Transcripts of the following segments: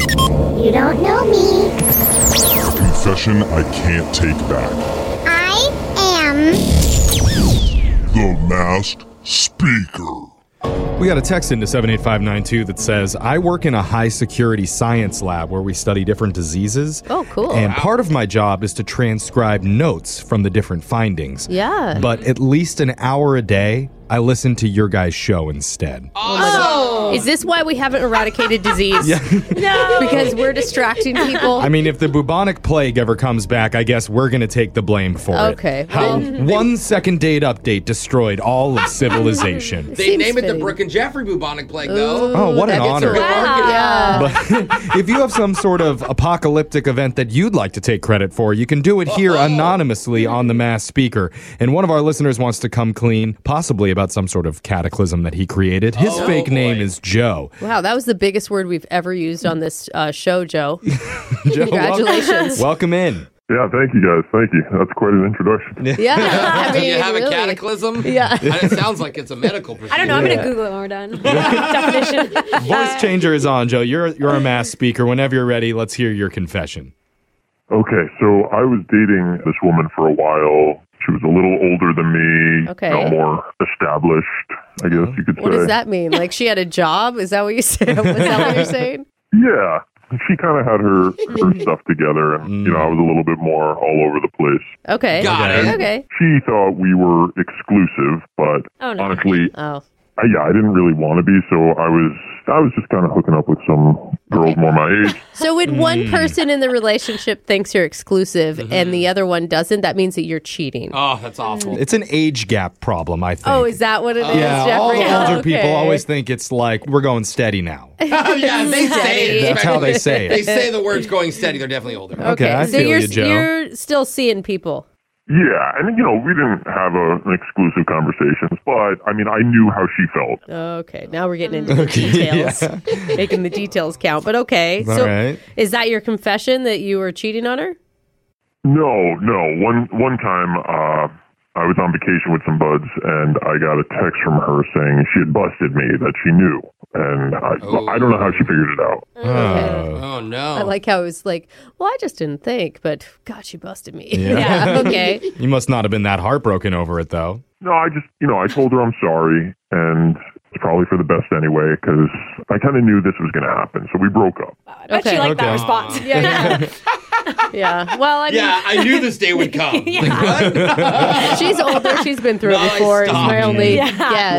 You don't know me. Confession I can't take back. I am. The masked speaker. We got a text into 78592 that says, I work in a high security science lab where we study different diseases. Oh, cool. And part of my job is to transcribe notes from the different findings. Yeah. But at least an hour a day, I listen to your guys' show instead. Is this why we haven't eradicated disease? no. Because we're distracting people. I mean, if the bubonic plague ever comes back, I guess we're going to take the blame for Okay. it. How one second date update destroyed all of civilization. They Seems name it the fitting. Brooke and Jeffrey bubonic plague, though. Oh, what an That gets honor. around. Uh, Yeah. But if you have some sort of apocalyptic event that you'd like to take credit for, you can do it here anonymously on the mass speaker. And one of our listeners wants to come clean, possibly about some sort of cataclysm that he created. His Oh, fake name is Joe. Wow, that was the biggest word we've ever used on this uh, show, Joe. Joe, welcome- Congratulations. Welcome in. Yeah, thank you guys. Thank you. That's quite an introduction. yeah. I Do you have a really. cataclysm? Yeah. it sounds like it's a medical procedure. I don't know. I'm going to Google it when we're done. Definition. Uh, Voice changer is on, Joe. You're you're a mass speaker. Whenever you're ready, let's hear your confession. Okay, so I was dating this woman for a while. She was a little older than me, Okay. Mm-hmm. you know, more established, I guess you could What say. does that mean? Like she had a job? Is that what you said? Was that what you're saying? yeah, she kind of had her her stuff together, and you know, I was a little bit more all over the place. Okay. Got it. Okay. She thought we were exclusive, but Oh, no. honestly, Oh. I, yeah, I didn't really want to be. So I was I was just kind of hooking up with some girls more my age. So when Hmm. one person in the relationship thinks you're exclusive and the other one doesn't, that means that you're cheating. Oh, that's awful. It's an age gap problem, I think. Oh, is that what it is, yeah, all Jeffrey? the Oh, older people okay. always think it's like we're going steady now. yeah, they say it. That's how they say They it. say the words going steady. They're definitely older. Okay, I so feel you're you, Joe. you're still seeing people. Yeah, and you know, we didn't have a, an exclusive conversation, but I mean, I knew how she felt. Okay, now we're getting into the details, making the details count. But okay, All so right. is that your confession that you were cheating on her? No, no. One one time, uh, I was on vacation with some buds, and I got a text from her saying she had busted me, that she knew, and I, well, I don't know how she figured it out. Oh. Oh, no. I like how it was like, well, I just didn't think, but God, she busted me. Yeah. okay. You must not have been that heartbroken over it, though. No, I just, you know, I told her I'm sorry, and it's probably for the best anyway, because I kind of knew this was going to happen, so we broke up. I bet Okay. you like Okay. that response. Yeah, yeah. yeah. Well, I mean, yeah, I knew this day would come. Like, what? she's older. She's been through No, it before. It's stop. my only Yeah.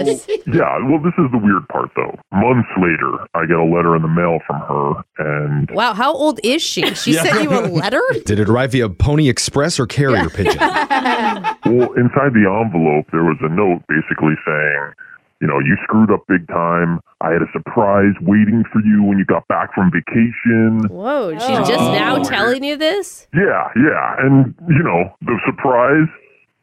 guess. Yeah, well, this is the weird part, though. Months later, I get a letter in the mail from her, and Wow, how old is she? She sent you a letter? Did it arrive via Pony Express or Carrier Pigeon? Well, inside the envelope, there was a note basically saying, you know, you screwed up big time. I had a surprise waiting for you when you got back from vacation. Whoa, she's just Oh. now telling you this? Yeah, yeah. And, you know, the surprise,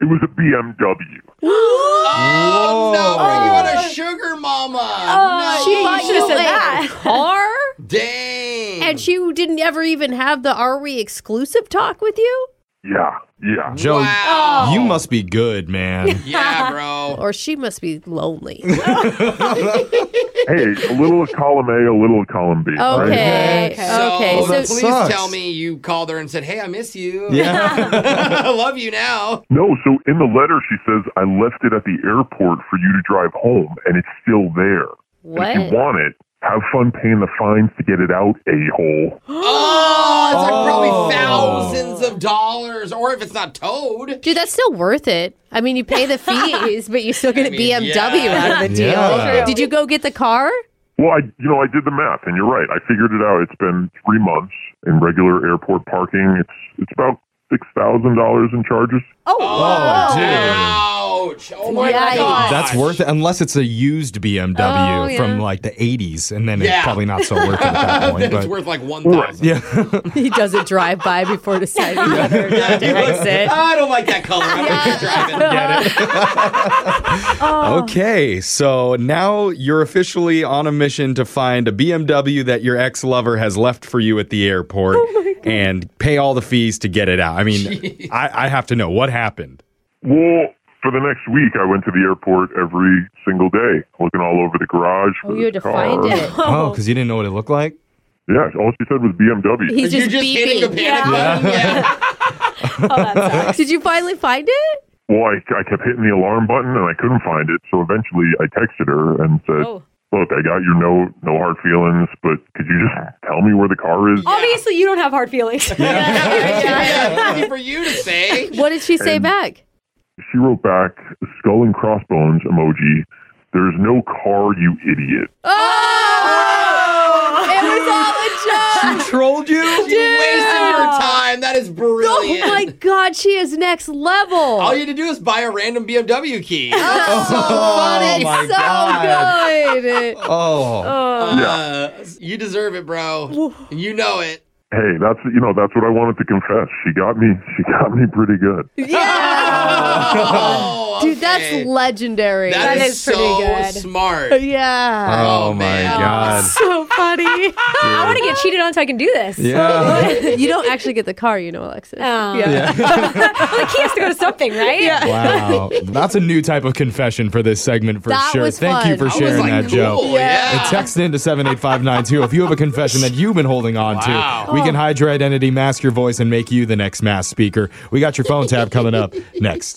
it was a BMW. Oh, no. You want a sugar mama. no. she bought you said that. Car? Dang. And she didn't ever even have the are we exclusive talk with you? Yeah, yeah. Joe, Wow. you must be good, man. Yeah, bro. Or she must be lonely. Hey, a little of column A, a little of column B. Oh. all right? Okay. Okay. So, so- please That sucks. tell me you called her and said, "Hey, I miss you. Yeah. I love you now." No, so in the letter, she says, I left it at the airport for you to drive home, and it's still there. If you what? want it, have fun paying the fines to get it out, a-hole. Oh, it's like Oh. probably thousands of dollars, or if it's not towed. Dude, that's still worth it. I mean, you pay the fees, but you still get a mean, yeah. BMW out of the deal. Yeah. True. Did you go get the car? Well, I, you know, I did the math, and you're right. I figured it out. It's been three months in regular airport parking. It's it's about six thousand dollars in charges. Oh, dude. Ouch! Oh my Yikes. god, That's worth it, unless it's a used BMW from like the 80s, and then Oh, Yeah. it's probably not so worth it at that point. Then it's but worth like one thousand. yeah. He does a drive by before deciding whether or not to exit. I don't like that color. I'm gonna keep driving. Oh. Okay, so now you're officially on a mission to find a BMW that your ex lover has left for you at the airport Oh and pay all the fees to get it out. I mean, I, I have to know what happened. Well, for the next week, I went to the airport every single day, looking all over the garage. For Oh, you had to this car. find it. Oh, because you didn't know what it looked like? Yeah, all she said was BMW. He's You're just, just hitting the beeping. panic button. Yeah. Oh, that sucks. Did you finally find it? Well, I, I kept hitting the alarm button and I couldn't find it. So eventually I texted her and said, Oh. Look, I got your note, no hard feelings, but could you just tell me where the car is? Oh. Obviously, you don't have hard feelings. yeah. Easy for you to say. What did she say back? She wrote back, skull and crossbones emoji. There's no car, you idiot. Oh! It was all a joke. Trolled you? You wasted your time. That is Oh brilliant. my God, she is next level. All you had to do is buy a random BMW key. That's so funny. my so God. good. Oh. Uh, you deserve it, bro. And you know it. Hey, that's you know that's what I wanted to confess. She got me. She got me pretty good. Yeah. Oh, Dude, okay. that's legendary. that That is, is pretty so good. smart. yeah. Oh, my man. God. so funny. I want to get cheated on so I can do this. Yeah. you don't actually get the car, you know, Alexis. Oh. Well, the key has to go to something, right? Yeah. Wow. That's a new type of confession for this segment for That sure. was Thank you fun. for I was sharing like, that, cool. Joe. Yeah. And text in to 78592 if you have a confession that you've been holding on Wow. to. We can hide your identity, mask your voice, and make you the next mass speaker. We got your phone tab coming up next.